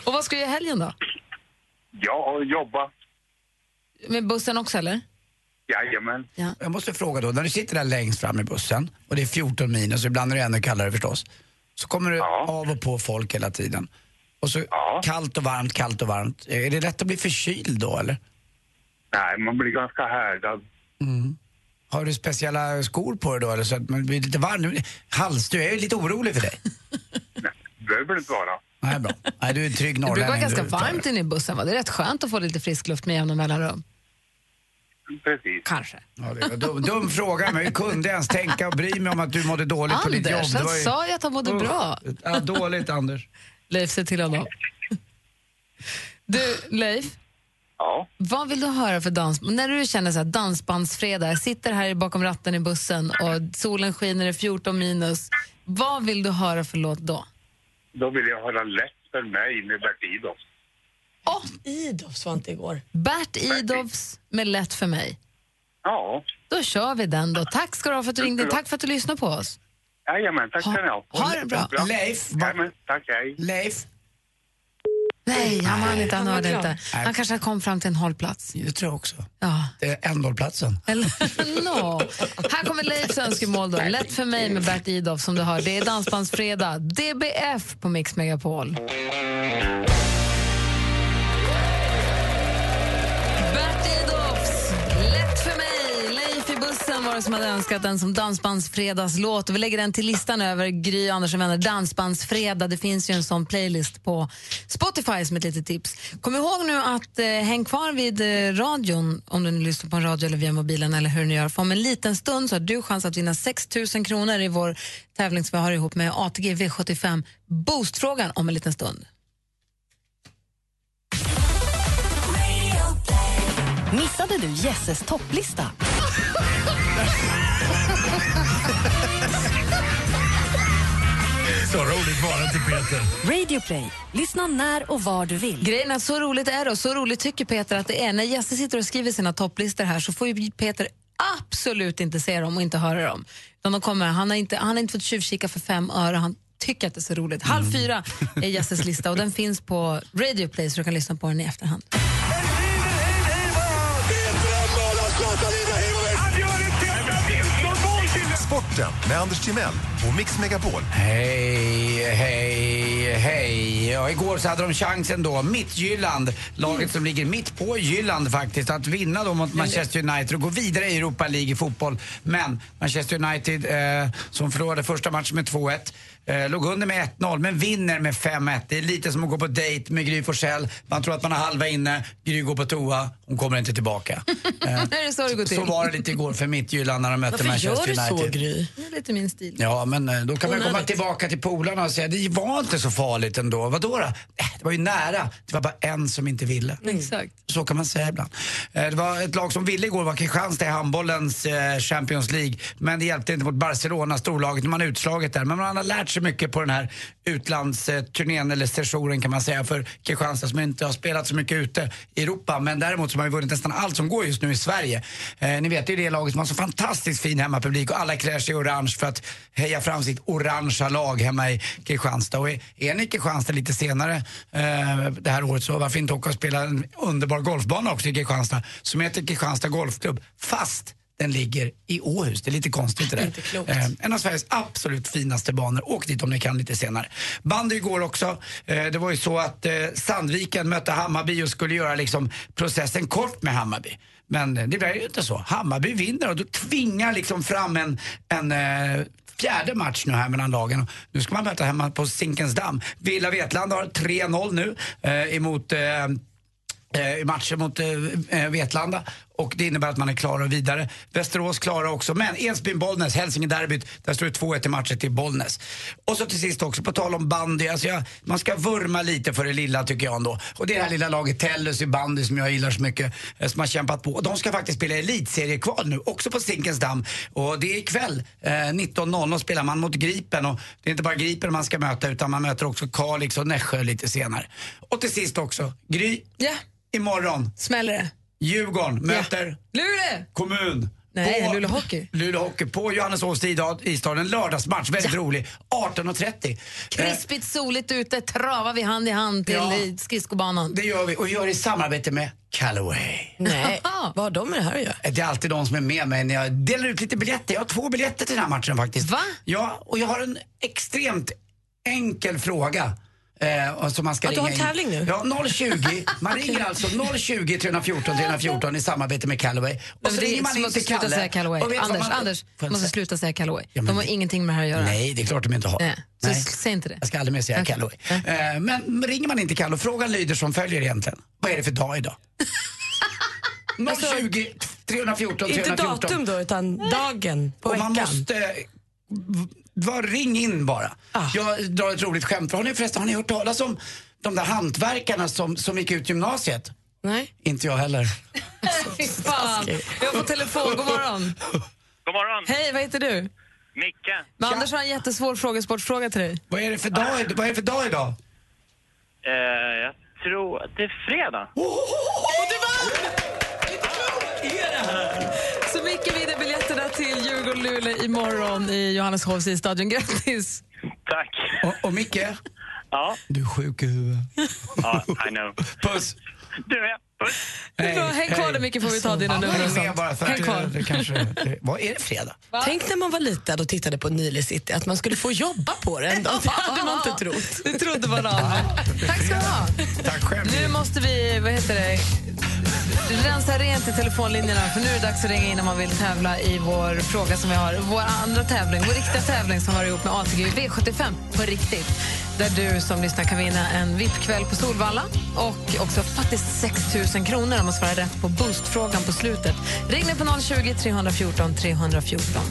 Och vad ska du göra i helgen då?
Ja, jobba.
Med bussen också eller?
Jajamän.
Jag måste fråga då, när du sitter där längst fram i bussen och det är 14 minus, ibland är det ännu kallare förstås. Så kommer du av och på folk hela tiden. Och så kallt och varmt, kallt och varmt. Är det lätt att bli förkyld då eller?
Nej, man blir ganska härdad.
Har du speciella skor på dig då eller så att man blir lite varm? Nu- Hals, du är ju lite orolig för dig.
Det behöver det inte vara.
Nej, bra. Nej, du är en trygg
Det
norrlänning.
brukar vara ganska
du tar det.
varmt inne i bussen, va? Det är rätt skönt att få lite frisk luft med jämna mellanrum.
Precis.
Kanske.
Ja, det var dum, dum fråga, men jag kunde ens tänka och bry mig om att du mådde dåligt på ditt jobb.
Anders,
Det
han
var ju-
sa ju att han mådde
Usch.
bra.
Ja, dåligt Anders.
Leif, se till honom. Du, Leif.
Ja.
Vad vill du höra för dans? När du känner så här dansbandsfredag, jag sitter här bakom ratten i bussen och solen skiner, det är 14 minus. Vad vill du höra för låt då?
Då vill jag höra lätt för mig med Bert Idoff.
Oh,
Idolfs var inte igår.
Bert Idovs med Lätt för mig.
Ja.
Då kör vi den då. Tack ska du ha för att du ringde. Tack för att du lyssnade på oss.
Jajamän, tack ska ni ha.
ha det bra.
Leif. Jajamän, tack, hej.
Leif.
Nej, han hann inte. Han
Han var
hörde
klar.
inte. Han
Nej.
kanske kom fram till en hållplats.
Det tror jag också.
Ja.
Det är eh, ändhållplatsen.
No. Här kommer Leifs önskemål då. Lätt för mig med Bert Idolf som du hör. Det är Dansbandsfredag, DBF på Mix Megapol. Bert Idolfs Lätt för mig. Leif i bussen var det som hade önskat den som Dansbandsfredagslåt. Och vi lägger den till listan över Gry Anders och vänner Dansbandsfredag. Det finns ju en sån playlist på Spotify som ett litet tips. Kom ihåg nu att eh, häng kvar vid eh, radion om du nu lyssnar på en radio eller via mobilen eller hur ni gör. För om en liten stund så har du chans att vinna 6 000 kronor i vår tävling som vi har ihop med ATG V75 Boostfrågan om en liten stund.
Missade du Jesses topplista?
Så roligt var det inte Peter.
Radioplay. Lyssna när och var du vill.
Grejen är att så roligt är det och så roligt tycker Peter att det är. När Jesse sitter och skriver sina topplistor här så får ju Peter absolut inte se dem och inte höra dem. Utan de kommer, han, har inte, han har inte fått tjuvkika för fem öre. Han tycker att det är så roligt. Halv
Mm.
fyra är Jesses lista och den finns på Radio Play så du kan lyssna på den i efterhand.
Sporten med Anders Timell och Mix Megapol.
Hej, hej, hej. Ja, igår så hade de chansen då, Mittjylland, laget som ligger mitt på Jylland faktiskt, att vinna då mot Manchester United och gå vidare i Europa League i fotboll. Men Manchester United, eh, som förlorade första matchen med 2-1, eh, låg under med 1-0 men vinner med 5-1. Det är lite som att gå på dejt med Gry Forssell. Man tror att man har halva inne, Gry går på toa, hon kommer inte tillbaka. Eh,
Är det så det går till?
så var det lite igår för Mittjylland när de mötte
Varför
Manchester United.
Det är lite min stil.
Ja, men eh, då kan man ju komma
Onödigt.
tillbaka till polarna och säga det var inte så farligt ändå. Vadå då? Eh, Det var ju nära. Det var bara en som inte ville.
Mm. Exakt.
Så kan man säga ibland. Eh, Det var ett lag som ville igår var Kristianstad i handbollens eh, Champions League. Men det hjälpte inte mot Barcelona, storlaget. Man är utslaget där. Men man har lärt sig mycket på den här utlandsturnén eller sessionen kan man säga för Kristianstad som inte har spelat så mycket ute i Europa. Men däremot så har man ju vunnit nästan allt som går just nu i Sverige. Eh, ni vet, det är det laget som har så fantastiskt fin hemmapublik och alla klär sig i orange för att heja fram sitt orangea lag hemma i Kristianstad. Och är, är ni i Kristianstad lite senare eh, det här året så varför inte åka och spela en underbar golfbana också i Kristianstad som heter Kristianstad Golfklubb fast den ligger i Åhus. Det är lite konstigt det där.
Inte klokt.
Eh, en av Sveriges absolut finaste banor. Åk dit om ni kan lite senare. Bandy igår också. Eh, det var ju så att eh, Sandviken mötte Hammarby och skulle göra liksom processen kort med Hammarby. Men eh, det blev ju inte så. Hammarby vinner och då tvingar liksom fram en, en eh, fjärde match nu här mellan lagen. Nu ska man möta hemma på Zinkensdamm. Villa Vetlanda har 3-0 nu eh, emot eh, eh, i matchen mot eh, eh, Vetlanda och det innebär att man är klara och vidare. Västerås klara också, men Edsbyn-Bollnäs, Hälsingederbyt, där står det 2-1 i matchen till Bollnäs. Och så till sist också, på tal om bandy, alltså jag, man ska vurma lite för det lilla tycker jag ändå. Och det är det här lilla laget Tellus i bandy som jag gillar så mycket, eh, som har kämpat på. Och de ska faktiskt spela elitseriekval nu, också på Zinkensdamm. Och det är ikväll, eh, 19.00 spelar man mot Gripen och det är inte bara Gripen man ska möta utan man möter också Kalix och Nässjö lite senare. Och till sist också, Gry,
Ja,
Imorgon.
smäller det.
Djurgården möter
Luleå!
kommun.
Nej,
på
Luleå Hockey.
Luleå Hockey på Johanneshovs isstadion. En lördagsmatch, väldigt rolig. 18.30. Eh,
Krispigt, soligt ute, travar vi hand i hand till
Ja.
i skridskobanan.
Eh, Det gör vi och gör det i samarbete med Calloway.
Nej, vad har de med det här att göra?
Eh, Det är alltid de som är med mig när jag delar ut lite biljetter. Jag har två biljetter till den här matchen faktiskt. Va? Ja, och jag har en extremt enkel fråga. Eh, och som man ska
Ja, du har
ringa in.
tävling nu?
Ja, 020. Man
Okej.
ringer alltså 020 314 314 i samarbete med Calloway. Och
Men
så
Alltså, det-
ringer man
så
in
måste
till
sluta
Kalle.
Säga Calloway.
och vet du vad
Anders,
man-
Anders
Får jag
måste
säga?
sluta säga Calloway.
Ja, men-
De har ingenting med det här att göra.
Nej, det är klart de inte har.
Nej. Så
Nej.
säg inte det.
Jag ska aldrig mer säga Calloway. Eh, men ringer man in till Kalle och frågan lyder som följer egentligen. Vad är det för dag idag?
Alltså,
020 314
Inte
314.
datum då, utan dagen på
och
veckan.
man måste... eh, Var, ring in bara. Jag drar ett roligt skämt. Har ni förresten har ni hört talas om de där hantverkarna som, som gick ut gymnasiet?
Nej.
Inte jag heller.
Fy fan. Vi har fått telefon. God morgon.
God morgon.
Hej, vad heter du?
Micke.
Men Anders har en jättesvår frågesportfråga till dig.
Vad är det för dag, vad är det för dag idag?
Eh, jag tror att det är fredag.
Oh.
Så mycket vinner biljetterna till Djurgården-Luleå imorgon i Johanneshovs isstadion. Grattis!
Tack.
Och, och Micke?
Ja.
Du är sjuk i huvudet.
Oh.
Ja, I know.
Puss.
Du är
Hej, Bra, häng kvar
hej.
där Micke får vi ta dina
Ja,
nummer och
häng med
sånt.
bara för att
Häng
det-
kvar.
det kanske- det- Vad är det fredag?
Tänk när man var liten och tittade på Nile City, att man skulle få jobba på det en dag. Det hade man inte trott.
Det trodde man aldrig. Tack ska du ha.
Tack själv.
Nu måste vi, vad heter det, rensa rent i telefonlinjerna för nu är det dags att ringa in om man vill tävla i vår fråga som vi har, vår andra tävling, vår riktiga tävling som har ihop med ATG V75 på riktigt. Där du som lyssnar kan vinna en VIP-kväll på Solvalla och också faktiskt 6 000 kronor om man svarar rätt på boostfrågan på slutet. Ring nu på 020 314 314.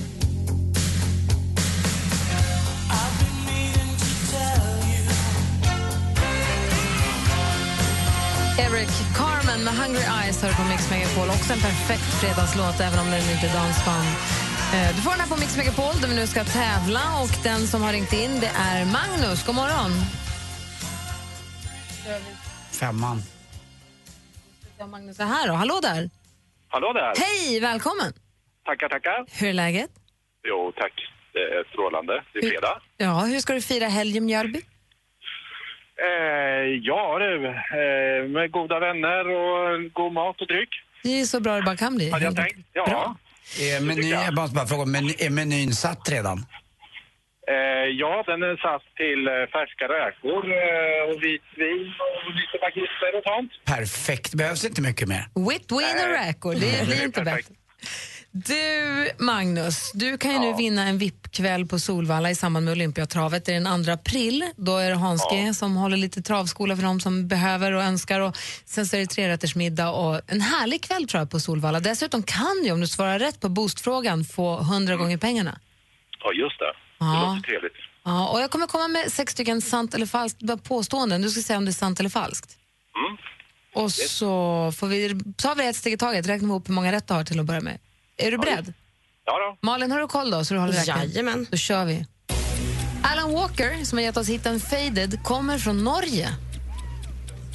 Eric Carmen med Hungry Eyes hör på Mix Megapol. Också en perfekt fredagslåt, även om den inte är dansband. Eh, Du får den här på Mix Megapol, där vi nu ska tävla. Och Den som har ringt in det är Magnus. God morgon.
Femman.
Ja, Magnus är här. Då. Hallå där.
Hallå där!
Hej, välkommen.
Tackar, tackar.
Hur är läget?
Jo, tack. Det är strålande. Det är fredag.
Ja, Hur ska du fira helg i Mjölby?
Eh, ja, du. Eh, med goda vänner och god mat och dryck.
Det är så bra det bara kan bli.
Hade jag tänkt. Ja.
Är meny, Eh, jag måste bara fråga, men, är menyn satt redan?
Eh, ja, den är satt till eh, färska räkor eh, och vitvin och lite baguetter och sånt.
Perfekt, behövs inte mycket mer.
Whit, win och räkor. Det blir inte bättre. Du, Magnus, du kan ju nu vinna en VIP-kväll på Solvalla i samband med Olympiatravet. Det är den 2 april. Då är det Hans G som håller lite travskola för de som behöver och önskar. Och sen så är det trerättersmiddag och en härlig kväll tror jag på Solvalla. Dessutom kan du, om du svarar rätt på boostfrågan, få 100 gånger pengarna.
Ja, just det.
Ja.
Det låter trevligt.
Ja, och jag kommer komma med sex stycken sant eller falskt påståenden. Du ska säga om det är sant eller falskt.
Mm.
Och så får vi, tar vi ett steg i taget, räknar ihop hur många rätt du har till att börja med. Är du beredd?
Ja, då.
Malin, har du koll då? Så du håller räkningen?
Jajamän.
Då kör vi. Alan Walker, som har gett oss hiten Faded, kommer från Norge.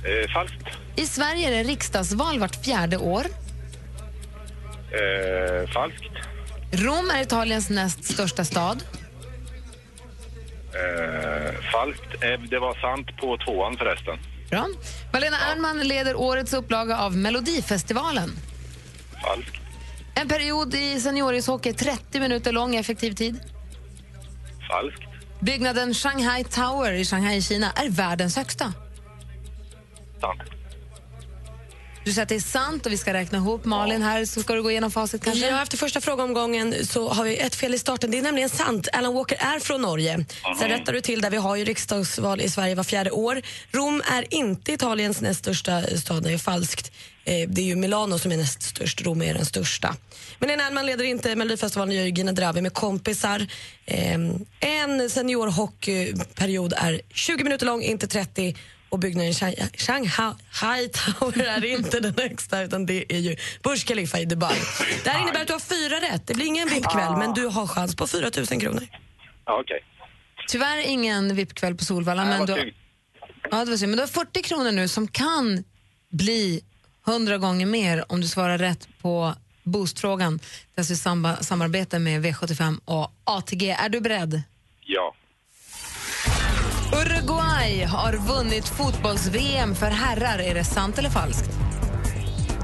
Eh, falskt.
I Sverige är det riksdagsval vart fjärde år.
Eh, falskt.
Rom är Italiens näst största stad.
Eh, falskt. Eh, det var sant på tvåan förresten.
Bra. Malena Ernman leder årets upplaga av Melodifestivalen.
Falskt.
En period i seniorishockey är 30 minuter lång effektiv tid.
Falskt.
Byggnaden Shanghai Tower i Shanghai, Kina, är världens högsta.
Sant.
Du säger att det är sant och vi ska räkna ihop. Malin, här så ska du gå igenom facit kanske?
Ja, efter första frågeomgången så har vi ett fel i starten. Det är nämligen sant. Alan Walker är från Norge. Sen rättar du till där. Vi har ju riksdagsval i Sverige var fjärde år. Rom är inte Italiens näst största stad. Det är falskt. Eh, Det är ju Milano som är näst störst. Rom är den största. Men en annan leder inte Melodifestivalen. Det gör ju Gina Dravi med kompisar. Eh, En seniorhockeyperiod är 20 minuter lång, inte 30. Och byggnaden Shang- Shanghai Tower är inte den högsta utan det är ju Burj Khalifa i Dubai. Det här innebär att du har fyra rätt. Det blir ingen VIP-kväll men du har chans på 4 000 kronor.
Ja, okej.
Tyvärr ingen VIP-kväll på Solvalla,
Nej,
men
vad
du, har-
synd.
ja, det var synd. men du har 40 kronor nu som kan bli 100 gånger mer om du svarar rätt på Boostfrågan, där vi samba, samarbetar med V75 och ATG. Är du beredd?
Ja.
Uruguay har vunnit fotbolls-VM för herrar. Är det sant eller falskt?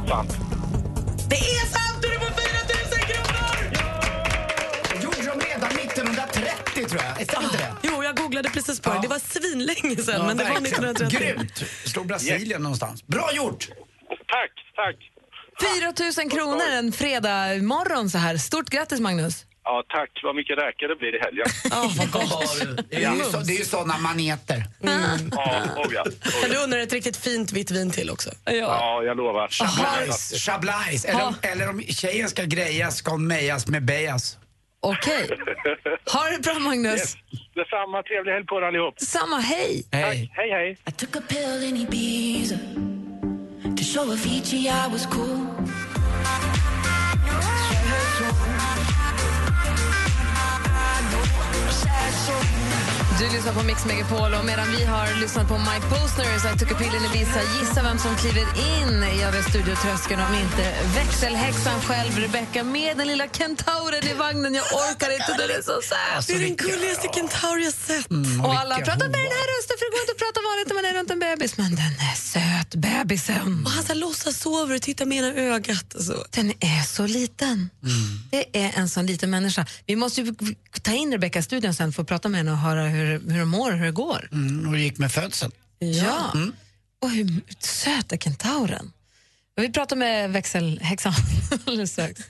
Sant.
Det är sant! Du är på 4 000 kronor!
Gjorde de redan 1930 tror jag? Stämmer inte det?
Jo, jag googlade precis på det. Det var svinlänge sedan,
Ja,
men det var
verkligen.
1930.
Grymt! Slog Brasilien någonstans. Bra gjort!
Tack, tack.
4 000 kronor en fredag morgon så här. Stort grattis, Magnus!
Ja, tack. Vad mycket räkor det blir i helgen.
Det är ju så- det är ju sådana maneter.
ja, oh ja.
Kan du undra ett riktigt fint vitt vin till också?
ja, jag lovar.
Chablais, chablais. Eller, om- eller om tjejen ska grejas ska hon mejas med bejas.
Okej. Ha det bra, Magnus.
Yes. Detsamma. Trevlig helg på er allihop.
Samma. Hej!
Hej.
Hej, hej.
I took a pill in Ibiza to show Avicii I was cool.
Du lyssnar på Mix Megapol och medan vi har lyssnat på Mike Postners I took a pill in Ibiza, gissa vem som kliver in i över studiotröskeln om inte växelhäxan själv, Rebecca med den lilla kentauren i vagnen. Jag orkar inte, den är så söt.
Det är den gulligaste kentaur jag sett.
och alla pratar med den här rösten för det går inte att prata vanligt när man är runt en bebis. Men den är söt, bebisen.
Och han så här låtsas sover och tittar med ena ögat. Och så. Mm.
Den är så liten. Det är en sån liten människa. Vi måste ju ta in Rebecca i studion sen för att prata med henne och höra hur, hur hon mår och hur det går.
Mm, och det gick med födseln.
Ja.
Mm.
Och hur söt är kentauren? Vi pratar med växelhäxan alldeles strax.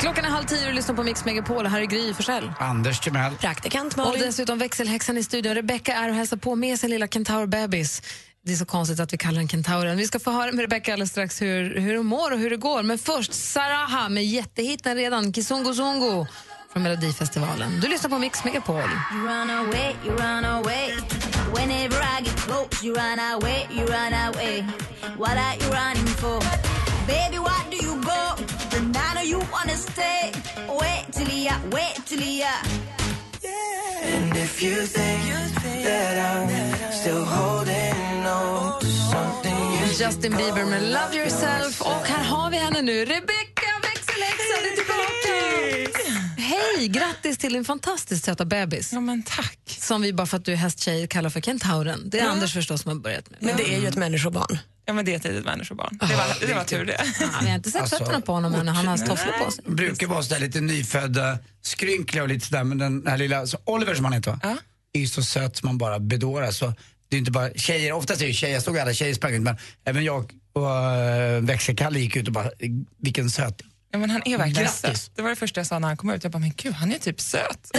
Klockan är halv tio och du lyssnar på Mix Megapol. Här är Gry Forssell.
Anders Timell.
Praktikant
Och dessutom växelhäxan i studion. Rebecca är och hälsar på med sin lilla kentaurbebis. Det är så konstigt att vi kallar den kentauren. Vi ska få höra med Rebecca alldeles strax hur, hur hon mår och hur det går. Men först Saraha med jättehitten redan, Kizungu Zungu från Melodifestivalen. Du lyssnar på Mix Megapol.
You run away, you run away. Whenever I get close, you run away, you run away. What are you running for? Baby, why do you go? And I know you wanna stay. Wait till ya, wait till ya.
And if you think that I'm still holding on to something you
Justin Bieber med Love Yourself. Och här har vi henne nu, Rebecca växelhäxan är tillbaka! Hej! Grattis till din fantastiskt söta bebis. Ja, men tack. Som vi bara för att du är hästtjej kallar för kentauren. Det är
Ja.
Anders förstås som har börjat med.
Men det är ju ett människobarn.
Ja, men det är ett litet människobarn. Det var, det var tur det.
vi har inte sett
Alltså,
fötterna på honom än. Han har hans tofflor på sig.
Brukar vara sådär lite nyfödda, skrynkliga och lite sådär. Men den här lilla, så Oliver som han heter va? Är ju så söt som man bara bedårar. Så det är inte bara tjejer, oftast är det tjejer, jag såg alla tjejer sprang ut men även jag och äh, växelkalle gick ut och bara, vilken söt.
Ja, men han är verkligen
Grattis.
söt. Det var det första jag sa när han kom ut. Jag bara, men gud, han är typ söt.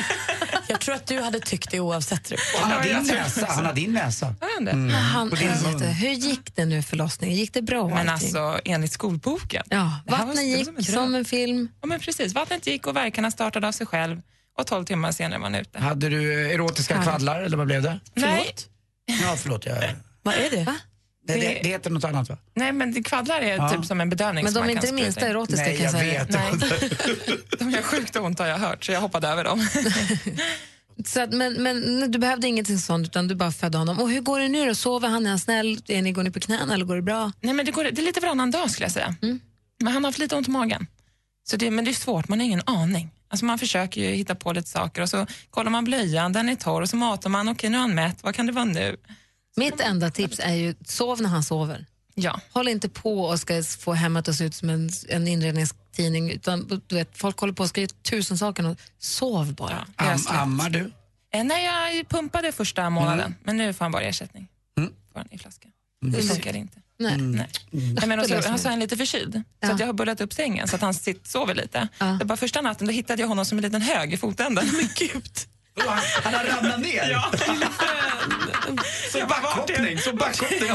jag tror att du hade tyckt det oavsett.
Han har din näsa, han har din näsa.
Mm. Han
Och din
är
mun.
jätte... Hur gick det nu förlossningen? Gick det bra? och
Men
allting?
alltså, enligt skolboken.
Ja,
Det här var-
vattnet
det var
gick
som
som
en
en,
dröm.
film.
Ja, men precis. Vattnet gick och verkarna startade av sig själv och 12 timmar senare var han ute.
Hade du eh, erotiska
Härligt.
kvaddlar eller vad blev det?
Nej,
Ja, förlåt. Jag...
Vad är det? Va?
Det, det, det heter något annat va?
nej, men det- kvaddlar är
Ja.
typ som en bedövning.
Men
som
de
man
är inte
kan
det minsta
spruta in.
erotiska,
Nej, kan jag jag säga.
vet. de gör sjukt ont har jag hört, så jag hoppade över dem.
Så att, men, men du behövde ingenting sånt utan du bara födde honom. Och hur går det nu då? Sover han? Är han snäll? Är ni, går ni på knäna eller går det bra?
Nej, men det, går, det är lite varannan dag skulle jag säga.
Mm.
Men han har haft lite ont i magen. Så det, men det är svårt, man har ingen aning. Alltså man försöker ju hitta på lite saker och så kollar man blöjan, den är torr och så matar man, okej nu är han mätt, vad kan det vara nu?
Mitt enda tips är ju sov när han sover.
Ja.
Håll inte på och ska få hemmet att se ut som en, en inredningstidning. Utan, du vet, folk håller på och ska göra tusen saker. Och sov bara. Alltså,
Am-
ammar du? Mm.
Eh, nej, jag pumpade första månaden, men nu får han bara ersättning. Får han i flaska. Det
Mm.
funkar inte.
Nej.
Nej. Nej, men alltså, och
Det
så,
löser
han
vi.
så är han lite förkyld, så att jag har bullat upp sängen så att han sitt, sover lite. Det var första natten då hittade jag honom som en liten hög i fotänden. Men gud!
Han har ramlat ner?
Ja, så backhoppning,
så backhoppning.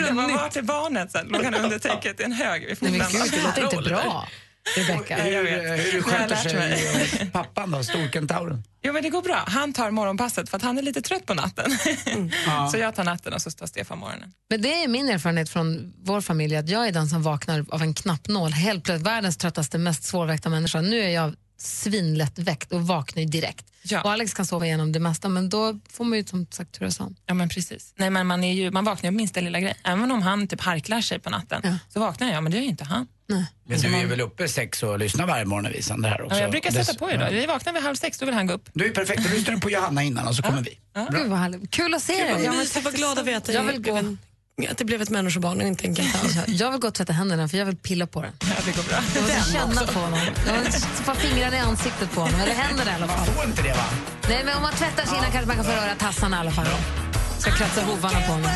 Jag bara, vart är barnet? Sen låg han under täcket i en hög vid
Nej, men
fotänden.
gud, det låter inte bra. Rebecca.
Jag
Hur,
vet.
hur
Nu har
sköter
jag lärt mig.
sig eh, pappan då, storkentauren?
Jo, men det går bra. Han tar morgonpasset för att han är lite trött på natten.
Mm. Ja.
Så jag tar natten och så tar Stefan morgonen.
Men det är min erfarenhet från vår familj att jag är den som vaknar av en knappnål. Helt plötsligt världens tröttaste, mest svårväckta människa. Nu är jag svinlätt väckt och vaknar ju direkt. Och Alex kan sova igenom det mesta, men då får man ju som sagt turas om.
Ja, men precis. Nej, men man, är ju, man vaknar ju av minsta lilla grej. Även om han typ harklar sig på natten så vaknar jag, men det gör ju inte han.
Men du är väl uppe sex och lyssnar varje morgon när vi sänder här också?
Ja, jag brukar sätta
Dess-
på idag. Vi vaknar vid halv sex, då vill han gå upp.
Du är perfekt, då lyssnar du på Johanna innan och så kommer vi.
Gud vad härligt. Kul att se
Gud, vad
dig.
mysigt. Vad glad att veta
jag
att
vill
det
gå.
blev en- att det blev ett människobarn och inte en katt.
Jag vill gå och tvätta händerna för jag vill pilla på den.
det går bra.
Jag vill känna på honom. Jag vill få fingrarna i ansiktet på honom. Eller händerna i alla fall.
Man får inte det va?
Nej, men om man tvättar sina kanske man kan få röra tassarna i alla fall. Ska kratsa hovarna på honom.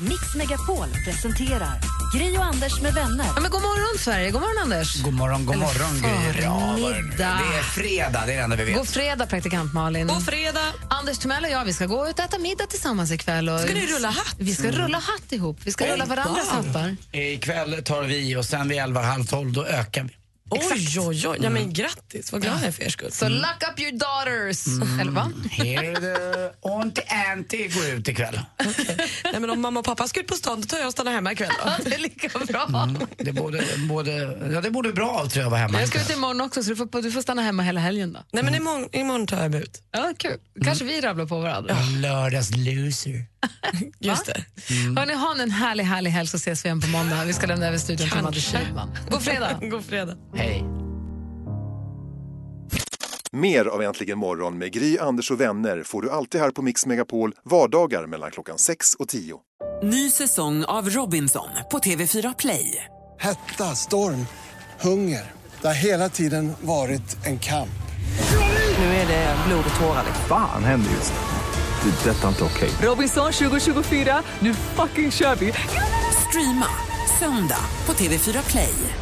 Mix Megapol presenterar Gri och Anders med vänner.
Ja, men god morgon Sverige, god morgon Anders.
God morgon, god
Eller
morgon Gry. Ja, vad är det nu?
förmiddag.
Det är fredag, det är det enda vi vet.
God fredag praktikant Malin. God fredag. Anders Timell och jag vi ska gå ut och äta middag tillsammans ikväll. Och
Ska ni rulla hatt?
Vi ska rulla hatt ihop. Vi ska rulla varandras hattar.
Ikväll tar vi och sen vid elva, halv tolv, då ökar vi.
Oj, oj, oj. Ja, men grattis. Vad glad jag är för er skull.
Så lock up your daughters. Eller va?
Here the auntie auntie går ut ikväll.
Nej, men om mamma och pappa ska ut på stan, då tar jag och stannar hemma ikväll. Då.
det är lika bra.
Det är både, både, ja, det borde bra av tror jag att vara hemma.
Jag ska ut imorgon också så du får, du får stanna hemma hela helgen då. Mm.
Nej, men imorgon, imorgon tar jag mig ut.
Ja, kul. Kanske vi rabblar på varandra.
Lördags loser.
Just det.
Hörni, ha nu en härlig, härlig helg så ses vi igen på måndag. Vi ska lämna över studion till Madde Kihlman. God fredag.
God fredag.
Hej.
Mer av Äntligen morgon med Gry, Anders och vänner får du alltid här på Mix Megapol vardagar mellan klockan 6 och 10.
Ny säsong av Robinson på TV4 Play.
Hetta, storm, hunger. Det har hela tiden varit en kamp.
Nu är det blod och tårar. liksom.
Fan händer just nu. Det. är Detta är inte okej.
Robinson 2024, nu fucking kör vi! Streama söndag på TV4 Play.